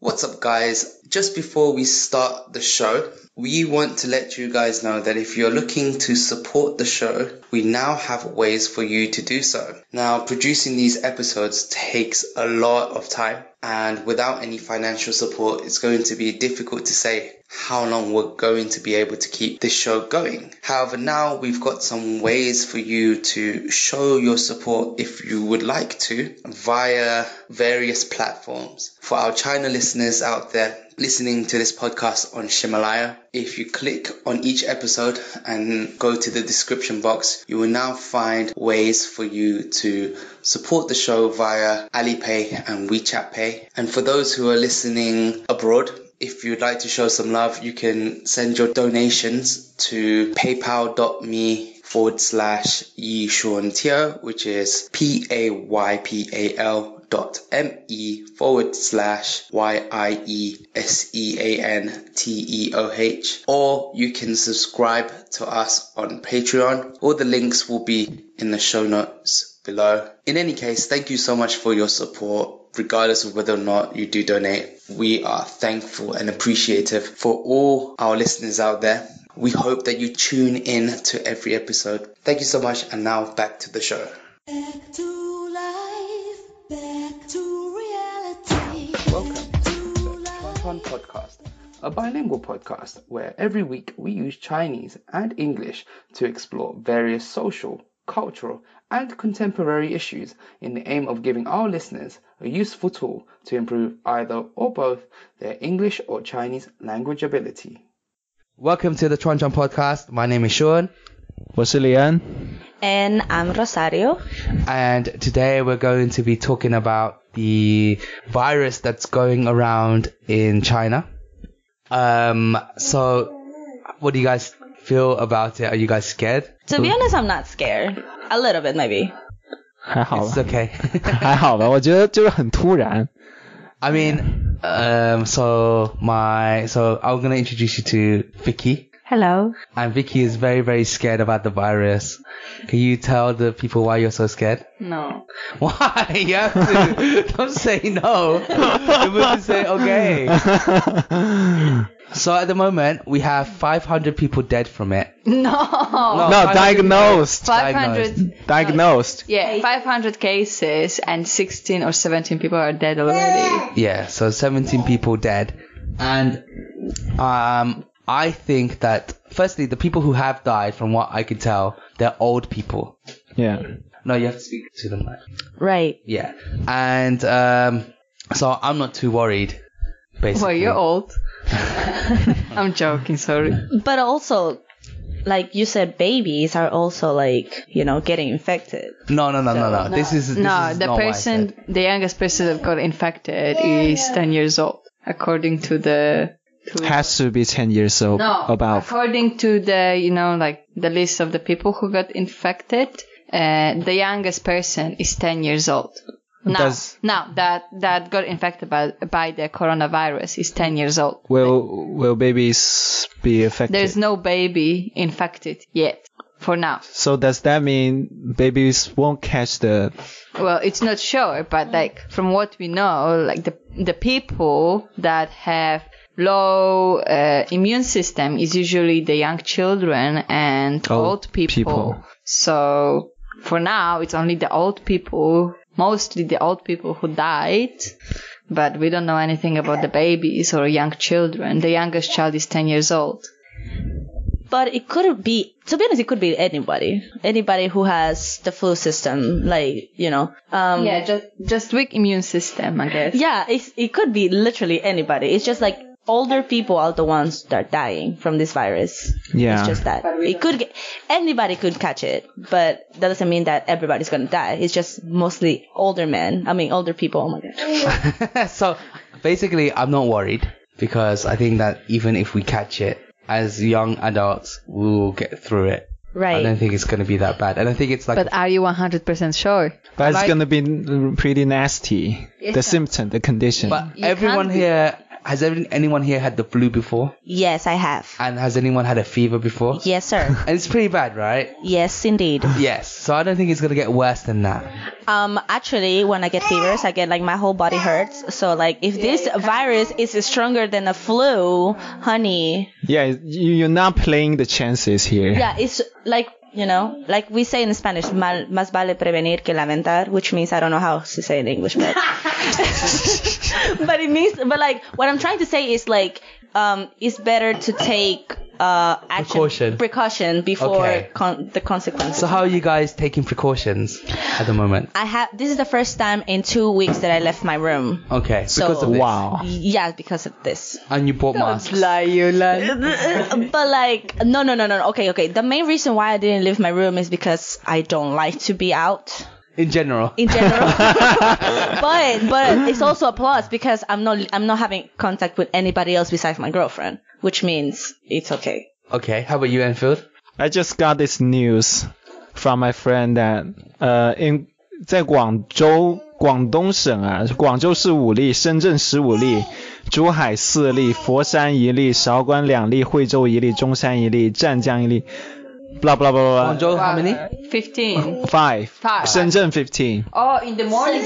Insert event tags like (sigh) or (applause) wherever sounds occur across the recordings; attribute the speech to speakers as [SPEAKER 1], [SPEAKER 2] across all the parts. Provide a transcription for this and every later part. [SPEAKER 1] What's up, guys? Just before we start the show, we want to let you guys know that if you're looking to support the show, we now have ways for you to do so. Now, producing these episodes takes a lot of time, and without any financial support, it's going to be difficult to say how long we're going to be able to keep this show going. However, now we've got some ways for you to show your support if you would like to via various platforms. For our China listeners out there listening to this podcast on Shimalaya, if you click on each episode and go to the description box, you will now find ways for you to support the show via Alipay and WeChat Pay. And for those who are listening abroad, if you'd like to show some love, you can send your donations to paypal.me forward slash Yi Shuan Tio, which is P A Y P A L dot M E forward slash Y I E S E A N T E O H. Or you can subscribe to us on Patreon. All the links will be in the show notes below. In any case, thank you so much for your support regardless of whether or not you do donate. We are thankful and appreciative for all our listeners out there. We hope that you tune in to every episode. Thank you so much, and now back to the show.
[SPEAKER 2] Back to life, back to reality.
[SPEAKER 1] Welcome
[SPEAKER 2] Back to
[SPEAKER 1] the Canton
[SPEAKER 2] life.
[SPEAKER 1] Podcast, a bilingual podcast where every week we use Chinese and English to explore various social, cultural, and contemporary issues in the aim of giving our listeners a useful tool to improve either or both their English or Chinese language ability. Welcome to the Chuan Chuan Podcast. My name is Sean,
[SPEAKER 3] 我是李安。
[SPEAKER 4] And I'm Rosario.
[SPEAKER 1] and today we're going to be talking about the virus that's going around in China. Um, so what do you guys feel about it? Are you guys scared?
[SPEAKER 4] To be honest, I'm not scared. A little bit, maybe.
[SPEAKER 3] 还好
[SPEAKER 1] It's
[SPEAKER 3] 吧，
[SPEAKER 1] okay. (laughs)
[SPEAKER 3] 还好吧，我觉得 (laughs) 就是很突然。
[SPEAKER 1] I mean, um, so my, so I'm gonna introduce you to Vicky,
[SPEAKER 4] Hello.
[SPEAKER 1] and Vicky is very, very scared about the virus. Can you tell the people why you're so scared?
[SPEAKER 4] (laughs) No.
[SPEAKER 1] Why? (laughs) You have to. Don't say no. You must say okay.
[SPEAKER 3] 嗯
[SPEAKER 1] So at the moment, we have 500 people dead from it. Oh,
[SPEAKER 5] No.
[SPEAKER 1] No,
[SPEAKER 3] ，No diagnosed,
[SPEAKER 5] 500,
[SPEAKER 3] diagnosed.
[SPEAKER 5] yeah, 500 cases and 16 or 17 people are dead already.
[SPEAKER 1] Yeah, so 17 people dead. And um, I think that, firstly, the people who have died, from what I could tell, they're old people.
[SPEAKER 3] Yeah,
[SPEAKER 1] No, you have to speak to them. like-
[SPEAKER 4] Right.
[SPEAKER 1] Yeah. And um, so I'm not too worried, basically.
[SPEAKER 5] Well, you're old. I'm joking, sorry.
[SPEAKER 4] But also, like you said, babies are also like, you know, getting infected.
[SPEAKER 1] No, no, no, no, no.
[SPEAKER 4] No.
[SPEAKER 1] This is. This
[SPEAKER 5] No,
[SPEAKER 1] is
[SPEAKER 5] the
[SPEAKER 1] not what I
[SPEAKER 5] person,
[SPEAKER 1] said.
[SPEAKER 5] the youngest person that got infected is 10 years old, according to the. To,
[SPEAKER 3] has to be ten years old
[SPEAKER 5] no,
[SPEAKER 3] above.
[SPEAKER 5] according to the, you know, like the list of the people who got infected, uh, the youngest person is 10 years old. Now,
[SPEAKER 3] Does-
[SPEAKER 5] now that that got infected by, by the coronavirus is 10 years old.
[SPEAKER 3] Will will babies be affected?
[SPEAKER 5] There's no baby infected yet for now.
[SPEAKER 3] so does that mean babies won't catch the?
[SPEAKER 5] Well, it's not sure, but like from what we know, like the the people that have low uh, immune system is usually the young children and
[SPEAKER 3] Old
[SPEAKER 5] old people.
[SPEAKER 3] people.
[SPEAKER 5] So for now, it's only the old people, mostly the old people who died. But we don't know anything about the babies or young children. The youngest child is 10 years old.
[SPEAKER 4] But it could be, to be honest, it could be anybody. Anybody who has the flu system, like, you know. Um,
[SPEAKER 5] yeah, just just weak immune system, I guess.
[SPEAKER 4] yeah, it's, it could be literally anybody. It's just like older people are the ones that are dying from this virus.
[SPEAKER 3] Yeah.
[SPEAKER 4] It's just that it could get, anybody could catch it, but that doesn't mean that everybody's gonna die. It's just mostly older men. I mean, older people. Oh my god.
[SPEAKER 6] (laughs)
[SPEAKER 1] so basically, I'm not worried because I think that even if we catch it as young adults, we'll get through it. I don't
[SPEAKER 4] Right.
[SPEAKER 1] think it's going to be that bad. And I think it's like
[SPEAKER 5] But um, are you 100% sure?
[SPEAKER 3] But it's
[SPEAKER 1] Like-
[SPEAKER 3] gonna be pretty nasty. The symptom, the condition.
[SPEAKER 1] But
[SPEAKER 5] You
[SPEAKER 1] everyone
[SPEAKER 5] can't be-
[SPEAKER 1] here
[SPEAKER 6] Has every, anyone here had the flu before?
[SPEAKER 4] Yes, I have.
[SPEAKER 6] And has anyone had a fever before?
[SPEAKER 4] Yes, sir.
[SPEAKER 6] And it's pretty bad,
[SPEAKER 4] (sighs)
[SPEAKER 6] right?
[SPEAKER 4] yes, indeed.
[SPEAKER 6] Yes. So I don't think it's gonna get worse than that.
[SPEAKER 4] Um, actually, when I get fevers, I get like my whole body hurts. So like, if this virus is stronger than a flu, honey,
[SPEAKER 3] Yeah, you, you're not playing the chances here.
[SPEAKER 4] yeah, it's like you know, like we say in Spanish, mal, más vale prevenir que lamentar, which means I don't know how to say it in
[SPEAKER 6] (laughs)
[SPEAKER 4] English, but but it means, but like what I'm trying to say is like, um, it's better to take uh action,
[SPEAKER 6] Precaution.
[SPEAKER 4] precaution before
[SPEAKER 6] Okay.
[SPEAKER 4] con- the consequences.
[SPEAKER 6] So how are you guys taking precautions at the moment?
[SPEAKER 4] I have this is the first time in two weeks that I left my room.
[SPEAKER 6] Okay.
[SPEAKER 4] So-
[SPEAKER 6] because of this.
[SPEAKER 3] Wow.
[SPEAKER 4] Yeah, because of this.
[SPEAKER 6] And you bought masks.
[SPEAKER 5] Lie, you lie.
[SPEAKER 4] but like, no, no, no, no. no. Okay, okay. The main reason why I didn't leave my room is because I don't like to be out
[SPEAKER 6] In general.
[SPEAKER 4] in
[SPEAKER 6] (laughs)
[SPEAKER 4] general. but but it's also a plus because I'm not I'm not having contact with anybody else besides my girlfriend, which means it's okay.
[SPEAKER 6] Okay. How about you, Enfield?
[SPEAKER 3] I just got this news from my friend that uh in 在广州广东省啊，广州市五例，深圳十五例，珠海四例，佛山一例，韶关两例，惠州一例，中山一例，湛江一例，blah blah blah blah
[SPEAKER 6] Guangzhou, how many?
[SPEAKER 5] 15.
[SPEAKER 3] five，
[SPEAKER 5] Five
[SPEAKER 3] 深圳 fifteen，
[SPEAKER 5] Oh, in the morning.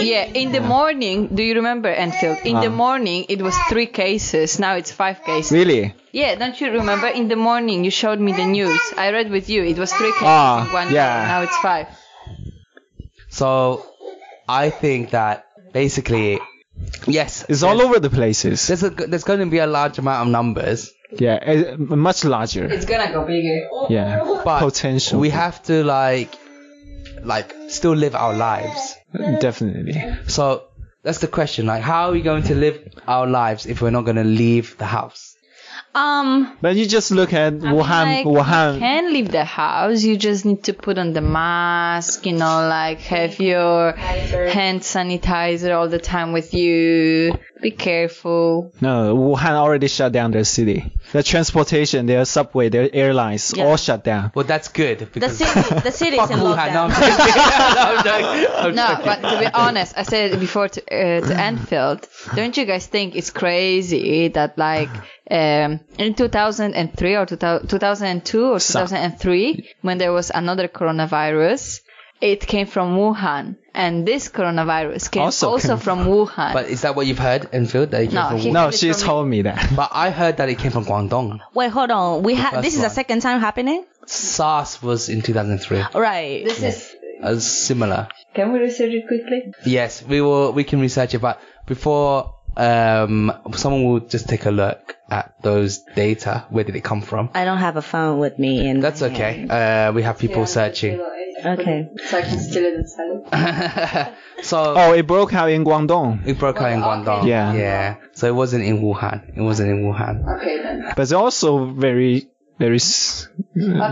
[SPEAKER 5] Yeah, in the morning. Do you remember Enfield? In the morning, it was three cases. Now it's five cases.
[SPEAKER 3] Ah. really
[SPEAKER 5] Yeah, don't you remember? In the morning, you showed me the news. I read with you. It was three cases
[SPEAKER 3] Ah,
[SPEAKER 5] in one
[SPEAKER 3] yeah.
[SPEAKER 5] day. Now it's five.
[SPEAKER 6] So I think that basically, yes,
[SPEAKER 3] it's all over the places.
[SPEAKER 6] there's a, there's going to be a large amount of numbers,
[SPEAKER 3] Yeah, eh, much larger.
[SPEAKER 5] It's gonna go bigger.
[SPEAKER 3] Yeah,
[SPEAKER 6] but
[SPEAKER 3] potential.
[SPEAKER 6] we have to like like still live our lives.
[SPEAKER 3] definitely.
[SPEAKER 6] So that's the question. Like, how are we going to live our lives if we're not going to leave the house?
[SPEAKER 4] Um,
[SPEAKER 3] But you just look at Wuhan,
[SPEAKER 5] Like, You
[SPEAKER 3] Wuhan.
[SPEAKER 5] can leave the house. You just need to put on the mask. You know, like have your
[SPEAKER 6] (laughs)
[SPEAKER 5] hand sanitizer all the time with you. Be careful.
[SPEAKER 3] No, Wuhan already shut down their city. Their transportation, their subway, their airlines,
[SPEAKER 4] Yeah.
[SPEAKER 3] all shut down.
[SPEAKER 6] Well, that's good
[SPEAKER 4] the
[SPEAKER 6] because
[SPEAKER 4] city the city is in
[SPEAKER 6] Wuhan. No, I'm
[SPEAKER 4] lockdown.
[SPEAKER 6] joking. (laughs) No, I'm joking.
[SPEAKER 4] (laughs)
[SPEAKER 6] I'm
[SPEAKER 5] No,
[SPEAKER 6] joking.
[SPEAKER 5] but to be honest, I said it before to, uh, to Enfield. Don't you guys think it's crazy that like um, in 2003 or 2000, 2002 or 2003 when there was another coronavirus, it came from Wuhan, and this coronavirus came
[SPEAKER 3] Also
[SPEAKER 5] also,
[SPEAKER 3] came
[SPEAKER 5] from Wuhan.
[SPEAKER 6] But is that what you've heard, Enfield? That it came
[SPEAKER 5] No,
[SPEAKER 6] from
[SPEAKER 5] he-
[SPEAKER 6] Wuhan?
[SPEAKER 3] No, she told me that.
[SPEAKER 6] But I heard that it came from Guangdong.
[SPEAKER 4] Wait, hold on. We have
[SPEAKER 6] first
[SPEAKER 4] this is the
[SPEAKER 6] one.
[SPEAKER 4] second time happening.
[SPEAKER 6] SARS was in 2003.
[SPEAKER 4] Right.
[SPEAKER 5] this is.
[SPEAKER 6] Uh, similar.
[SPEAKER 5] Can we research it quickly?
[SPEAKER 6] Yes, we will. We can research it, but before um, someone will just take a look at those data. Where did it come from?
[SPEAKER 4] I don't have a phone with me, and
[SPEAKER 6] That's
[SPEAKER 5] Mm-hmm.
[SPEAKER 6] okay. Uh, we have people searching.
[SPEAKER 4] Okay.
[SPEAKER 5] So I can steal it and sell it.
[SPEAKER 6] So
[SPEAKER 3] Oh, it broke out in Guangdong.
[SPEAKER 6] it broke out in Guangdong.
[SPEAKER 3] Yeah.
[SPEAKER 6] Yeah. So it wasn't in Wuhan. It wasn't in Wuhan.
[SPEAKER 5] Okay then.
[SPEAKER 3] But it's also very, very s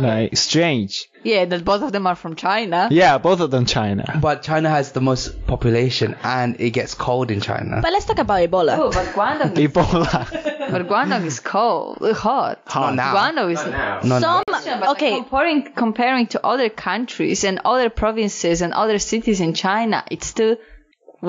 [SPEAKER 3] like strange.
[SPEAKER 5] Yeah, that both of them are from China.
[SPEAKER 3] Yeah, both of them China. (laughs)
[SPEAKER 6] But China has the most population, and it gets cold in China.
[SPEAKER 4] But let's talk about Ebola.
[SPEAKER 5] Oh, but Guangdong
[SPEAKER 3] Ebola.
[SPEAKER 5] But Guangdong is cold, uh, hot.
[SPEAKER 6] Not now.
[SPEAKER 5] Guangdong is
[SPEAKER 6] No, no.
[SPEAKER 4] Some
[SPEAKER 5] okay.
[SPEAKER 4] okay.
[SPEAKER 5] comparing comparing to other countries and other provinces and other cities in China, it's still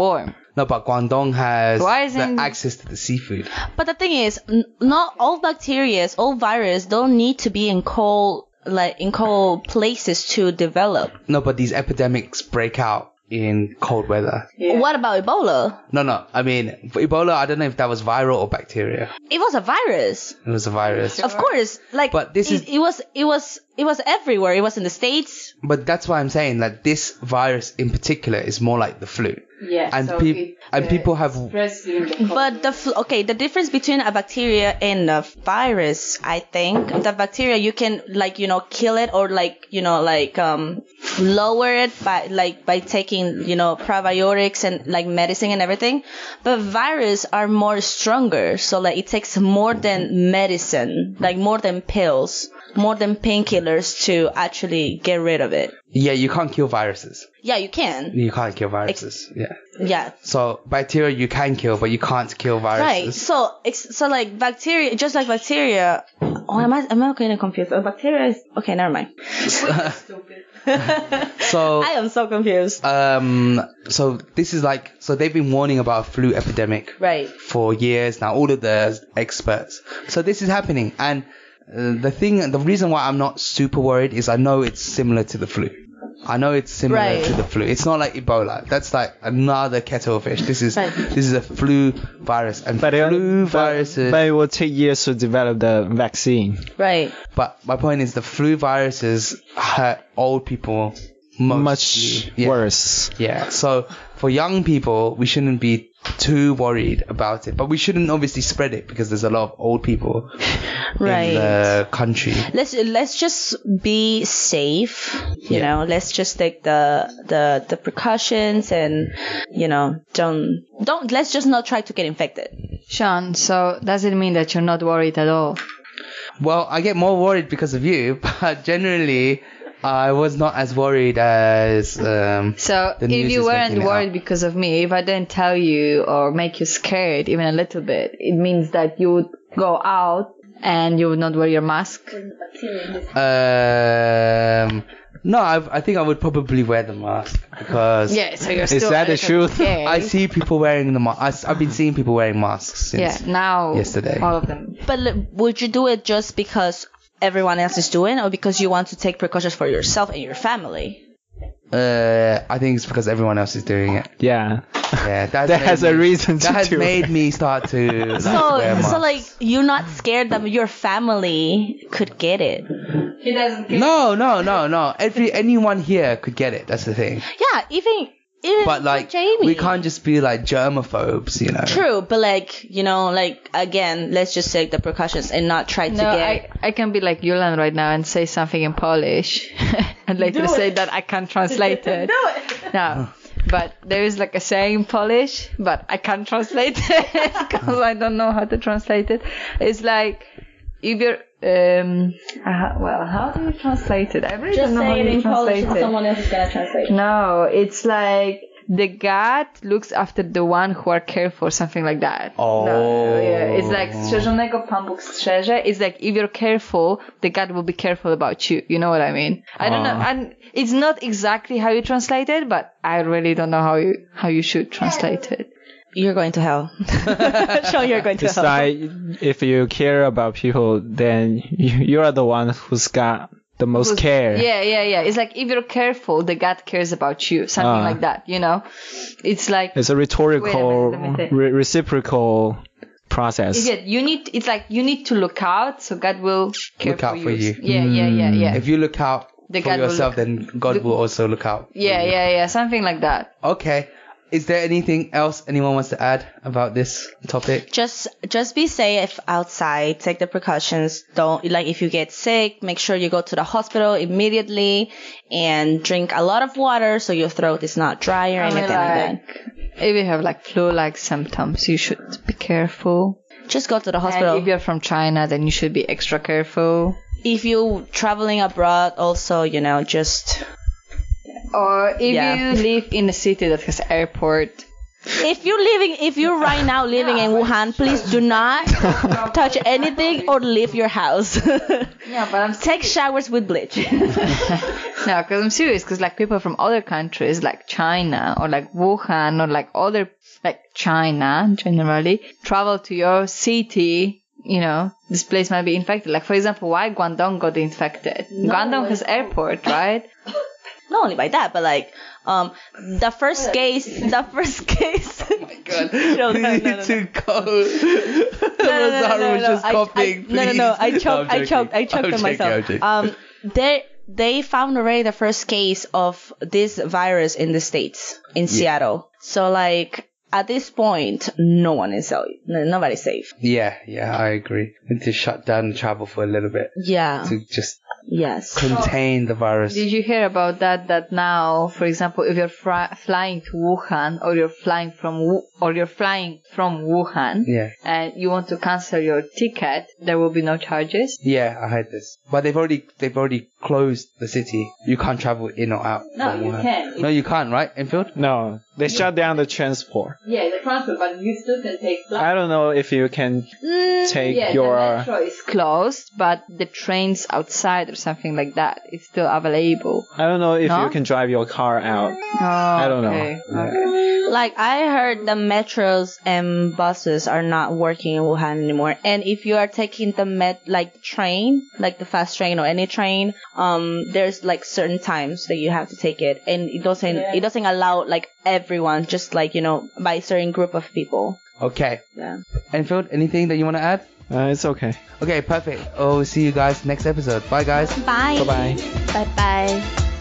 [SPEAKER 5] warm.
[SPEAKER 6] No, but Guangdong has
[SPEAKER 5] Why is
[SPEAKER 6] the
[SPEAKER 5] in-
[SPEAKER 6] access to the seafood.
[SPEAKER 4] But the thing is, n- not all bacteria, all virus don't need to be in cold, like in cold places to develop.
[SPEAKER 6] No, but these epidemics break out in cold weather.
[SPEAKER 4] What about Ebola?
[SPEAKER 6] No, no. I mean, for Ebola, I don't know if that was viral or bacteria.
[SPEAKER 4] It was a virus,
[SPEAKER 6] It was a virus.
[SPEAKER 4] of course. Like,
[SPEAKER 6] But this
[SPEAKER 4] it,
[SPEAKER 6] is-
[SPEAKER 4] it was, it was, it was everywhere. It was in the states.
[SPEAKER 6] But that's why I'm saying that this virus in particular is more like the flu.
[SPEAKER 5] Yeah.
[SPEAKER 6] And, peop-
[SPEAKER 5] uh,
[SPEAKER 6] and people have.
[SPEAKER 5] Oh.
[SPEAKER 4] But the fl- okay, the difference between a bacteria and a virus, I think the bacteria you can like you know kill it or like you know like um lower it by like by taking you know probiotics and like medicine and everything. But virus are more stronger, so like it takes more than medicine, like more than pills, more than painkillers to actually get rid of it.
[SPEAKER 6] Yeah, you can't kill viruses.
[SPEAKER 4] Yeah, you can.
[SPEAKER 6] You can't kill viruses. Yeah.
[SPEAKER 4] Yeah,
[SPEAKER 6] So bacteria you can kill, but you can't kill
[SPEAKER 4] Right. (laughs)
[SPEAKER 6] viruses.
[SPEAKER 4] So it's so like bacteria, just like bacteria. Oh, am I am I getting confused? Oh, bacteria is okay. Never mind.
[SPEAKER 6] So
[SPEAKER 4] I am so confused.
[SPEAKER 6] um, so this is like so they've been warning about a flu epidemic
[SPEAKER 4] Right.
[SPEAKER 6] for years now. All of the experts. So this is happening, and uh, the thing, the reason why I'm not super worried is I know it's similar to the flu. I know it's similar
[SPEAKER 4] Right.
[SPEAKER 6] to the flu. It's not like Ebola. That's like another kettle of fish. This is
[SPEAKER 4] Right.
[SPEAKER 6] this is a flu virus, and
[SPEAKER 3] But it,
[SPEAKER 6] flu
[SPEAKER 3] but,
[SPEAKER 6] viruses.
[SPEAKER 3] but it will take years to develop the vaccine.
[SPEAKER 4] Right.
[SPEAKER 6] But my point is, the flu viruses hurt old people
[SPEAKER 3] Much
[SPEAKER 6] mostly. Oh, Yeah.
[SPEAKER 3] worse.
[SPEAKER 6] Yeah. So for young people, we shouldn't be too worried about it, but we shouldn't obviously spread it because there's a lot of old people in
[SPEAKER 4] Right.
[SPEAKER 6] the country.
[SPEAKER 4] let's let's just be safe you
[SPEAKER 6] Yeah.
[SPEAKER 4] know let's just take the the the precautions and you know don't don't let's just not try to get infected
[SPEAKER 5] Sean, so does it mean that you're not worried at all?
[SPEAKER 6] Well, I get more worried because of you, (laughs) but generally, I was not as worried as um,
[SPEAKER 5] So
[SPEAKER 6] The
[SPEAKER 5] if
[SPEAKER 6] news
[SPEAKER 5] you
[SPEAKER 6] is
[SPEAKER 5] weren't
[SPEAKER 6] making it
[SPEAKER 5] worried
[SPEAKER 6] up.
[SPEAKER 5] because of me, if I didn't tell you or make you scared even a little bit, it means that you would go out and you would not wear your mask.
[SPEAKER 6] um. No, I, I think I would probably wear the mask because
[SPEAKER 5] Yeah, so you're
[SPEAKER 3] Is
[SPEAKER 5] still
[SPEAKER 3] that the
[SPEAKER 5] a little
[SPEAKER 3] truth?
[SPEAKER 5] scared.
[SPEAKER 6] (laughs) I see people wearing the mask. I've been seeing people wearing masks
[SPEAKER 5] Yeah,
[SPEAKER 6] since.
[SPEAKER 5] now
[SPEAKER 6] yesterday.
[SPEAKER 5] all of them.
[SPEAKER 4] but l- would you do it just because everyone else is doing or because you want to take precautions for yourself and your family
[SPEAKER 6] Uh, I think it's because everyone else is doing it.
[SPEAKER 3] Yeah.
[SPEAKER 6] Yeah, that's
[SPEAKER 3] That
[SPEAKER 6] made
[SPEAKER 3] has
[SPEAKER 6] me-
[SPEAKER 3] a reason to
[SPEAKER 6] That has
[SPEAKER 3] do
[SPEAKER 6] made
[SPEAKER 3] it.
[SPEAKER 6] me start to. Like,
[SPEAKER 4] (laughs) so
[SPEAKER 6] wear a
[SPEAKER 4] so
[SPEAKER 6] mask.
[SPEAKER 4] like you're not scared that your family could get it
[SPEAKER 6] No, no, no, no. Every anyone here could get it. That's the thing.
[SPEAKER 4] yeah even even
[SPEAKER 6] (laughs) But like,
[SPEAKER 4] Jamie.
[SPEAKER 6] we can't just be like germaphobes, you know.
[SPEAKER 4] True, but like you know, like again, let's just take the precautions and not try to
[SPEAKER 5] No,
[SPEAKER 4] get.
[SPEAKER 5] I, I can be like Yulan right now and say something in Polish (laughs) and later say that I can't translate it.
[SPEAKER 4] (laughs)
[SPEAKER 5] No. But there is like a saying in Polish, but I can't translate (laughs) it because I don't know how to translate it. It's like if you're um uh, well, how do you translate it? I really don't know how you translate it.
[SPEAKER 4] else is gonna translate.
[SPEAKER 5] No, it's like the God looks after the one who are cared for, something like that.
[SPEAKER 6] Oh.
[SPEAKER 5] No, yeah. It's like strzeżonego Pan Bóg strzeże. It's like if you're careful, the God will be careful about you. You know what I mean? I don't know.
[SPEAKER 6] Ah.
[SPEAKER 5] And it's not exactly how you translate it, but I really don't know how you how you should translate it.
[SPEAKER 4] You're going to
[SPEAKER 6] (laughs)
[SPEAKER 4] hell. (laughs) Sean, you're going to
[SPEAKER 3] It's
[SPEAKER 4] (laughs) hell.
[SPEAKER 3] like if you care about people, then (laughs) you, you are the one who's got the most care.
[SPEAKER 5] Yeah, yeah, yeah. It's like if you're careful, the God cares about you, something
[SPEAKER 3] Ah.
[SPEAKER 5] like that. You know? It's like
[SPEAKER 3] It's a rhetorical,
[SPEAKER 5] Wait a minute, let me think.
[SPEAKER 3] re- reciprocal process.
[SPEAKER 5] Yeah, you need. It's like you need to look out, so God will care
[SPEAKER 6] Look out for you. Mm.
[SPEAKER 5] Yeah, yeah, yeah, yeah.
[SPEAKER 6] If you look out
[SPEAKER 5] The
[SPEAKER 6] for
[SPEAKER 5] God will
[SPEAKER 6] yourself,
[SPEAKER 5] look-
[SPEAKER 6] then God will also look out. for
[SPEAKER 5] yeah,
[SPEAKER 6] you.
[SPEAKER 5] yeah, yeah. Something like that.
[SPEAKER 6] Okay. Is there anything else anyone wants to add about this topic?
[SPEAKER 4] Just just be safe outside. Take the precautions. Don't like if you get sick, make sure you go to the hospital immediately and drink a lot of water so your throat is not dry or
[SPEAKER 5] I mean,
[SPEAKER 4] anything like
[SPEAKER 5] like, if you have like flu-like symptoms, you should be careful.
[SPEAKER 4] that. Just go to the
[SPEAKER 5] And
[SPEAKER 4] hospital.
[SPEAKER 5] if you're from China, then you should be extra careful.
[SPEAKER 4] If you're traveling abroad, also you know just
[SPEAKER 5] Or if
[SPEAKER 4] Yeah.
[SPEAKER 5] (laughs) you live in a city that has airport,
[SPEAKER 4] If you're living, if you're right
[SPEAKER 5] (laughs)
[SPEAKER 4] now living in Wuhan, please do not touch anything or leave your house. (laughs)
[SPEAKER 5] yeah, but I'm
[SPEAKER 4] Take showers with bleach. (laughs)
[SPEAKER 5] No, because I'm serious. Because like people from other countries, like China or like Wuhan or like other like China generally, travel to your city. You know, this place might be infected. Like for example, why Guangdong got infected? Guangdong has airport, right?
[SPEAKER 4] Not only by that, but like, um, the first case, the first (laughs) case. Oh my (laughs) god! no, no,
[SPEAKER 6] (laughs) we
[SPEAKER 4] no,
[SPEAKER 6] need
[SPEAKER 4] no, (laughs) no.
[SPEAKER 6] to go. Rosario was just
[SPEAKER 4] I- I-
[SPEAKER 6] copying.
[SPEAKER 4] no, no, no. I
[SPEAKER 6] please.
[SPEAKER 4] choked.
[SPEAKER 6] I'm
[SPEAKER 4] I choked. I
[SPEAKER 6] joking.
[SPEAKER 4] choked
[SPEAKER 6] I'm
[SPEAKER 4] on
[SPEAKER 6] joking, I'm
[SPEAKER 4] myself.
[SPEAKER 6] joking.
[SPEAKER 4] Um, they they found already the first case of this virus in the states in Seattle. So like at this point, no one is safe. No, nobody's safe.
[SPEAKER 6] Yeah, yeah, I agree. And to shut down travel for a little bit
[SPEAKER 4] Yeah.
[SPEAKER 6] to just
[SPEAKER 4] Yes.
[SPEAKER 6] contain the virus.
[SPEAKER 5] Did you hear about that? That now, for example, if you're fri- flying to Wuhan or you're flying from Wu- or you're flying from Wuhan
[SPEAKER 6] Yeah,
[SPEAKER 5] and you want to cancel your ticket, there will be no charges.
[SPEAKER 6] yeah, I heard this, but they've already they've already closed the city. You can't travel in or out.
[SPEAKER 5] No,
[SPEAKER 6] from
[SPEAKER 5] you
[SPEAKER 6] work.
[SPEAKER 5] can.
[SPEAKER 6] No, you can't, right, Enfield?
[SPEAKER 3] No, they shut down the transport.
[SPEAKER 5] Yeah, the transport, but you still can take
[SPEAKER 3] I don't know if you can
[SPEAKER 5] Mm,
[SPEAKER 3] take
[SPEAKER 5] yeah,
[SPEAKER 3] your-
[SPEAKER 5] the metro is closed, but the trains outside or something like that is still available.
[SPEAKER 3] I don't know if
[SPEAKER 5] No?
[SPEAKER 3] you can drive your car out.
[SPEAKER 5] Oh, I
[SPEAKER 3] don't know.
[SPEAKER 4] Like I heard the metros and buses are not working in Wuhan anymore. And if you are taking the met like train, like the fast train or any train, um there's like certain times that you have to take it and it doesn't it doesn't allow like everyone just like, you know, by a certain group of people.
[SPEAKER 6] Okay.
[SPEAKER 4] Yeah.
[SPEAKER 6] Enfield, anything that you want to add?
[SPEAKER 3] Uh, it's okay.
[SPEAKER 6] Okay, perfect. Oh, see you guys next episode. Bye, guys.
[SPEAKER 3] Bye bye.
[SPEAKER 2] Bye bye.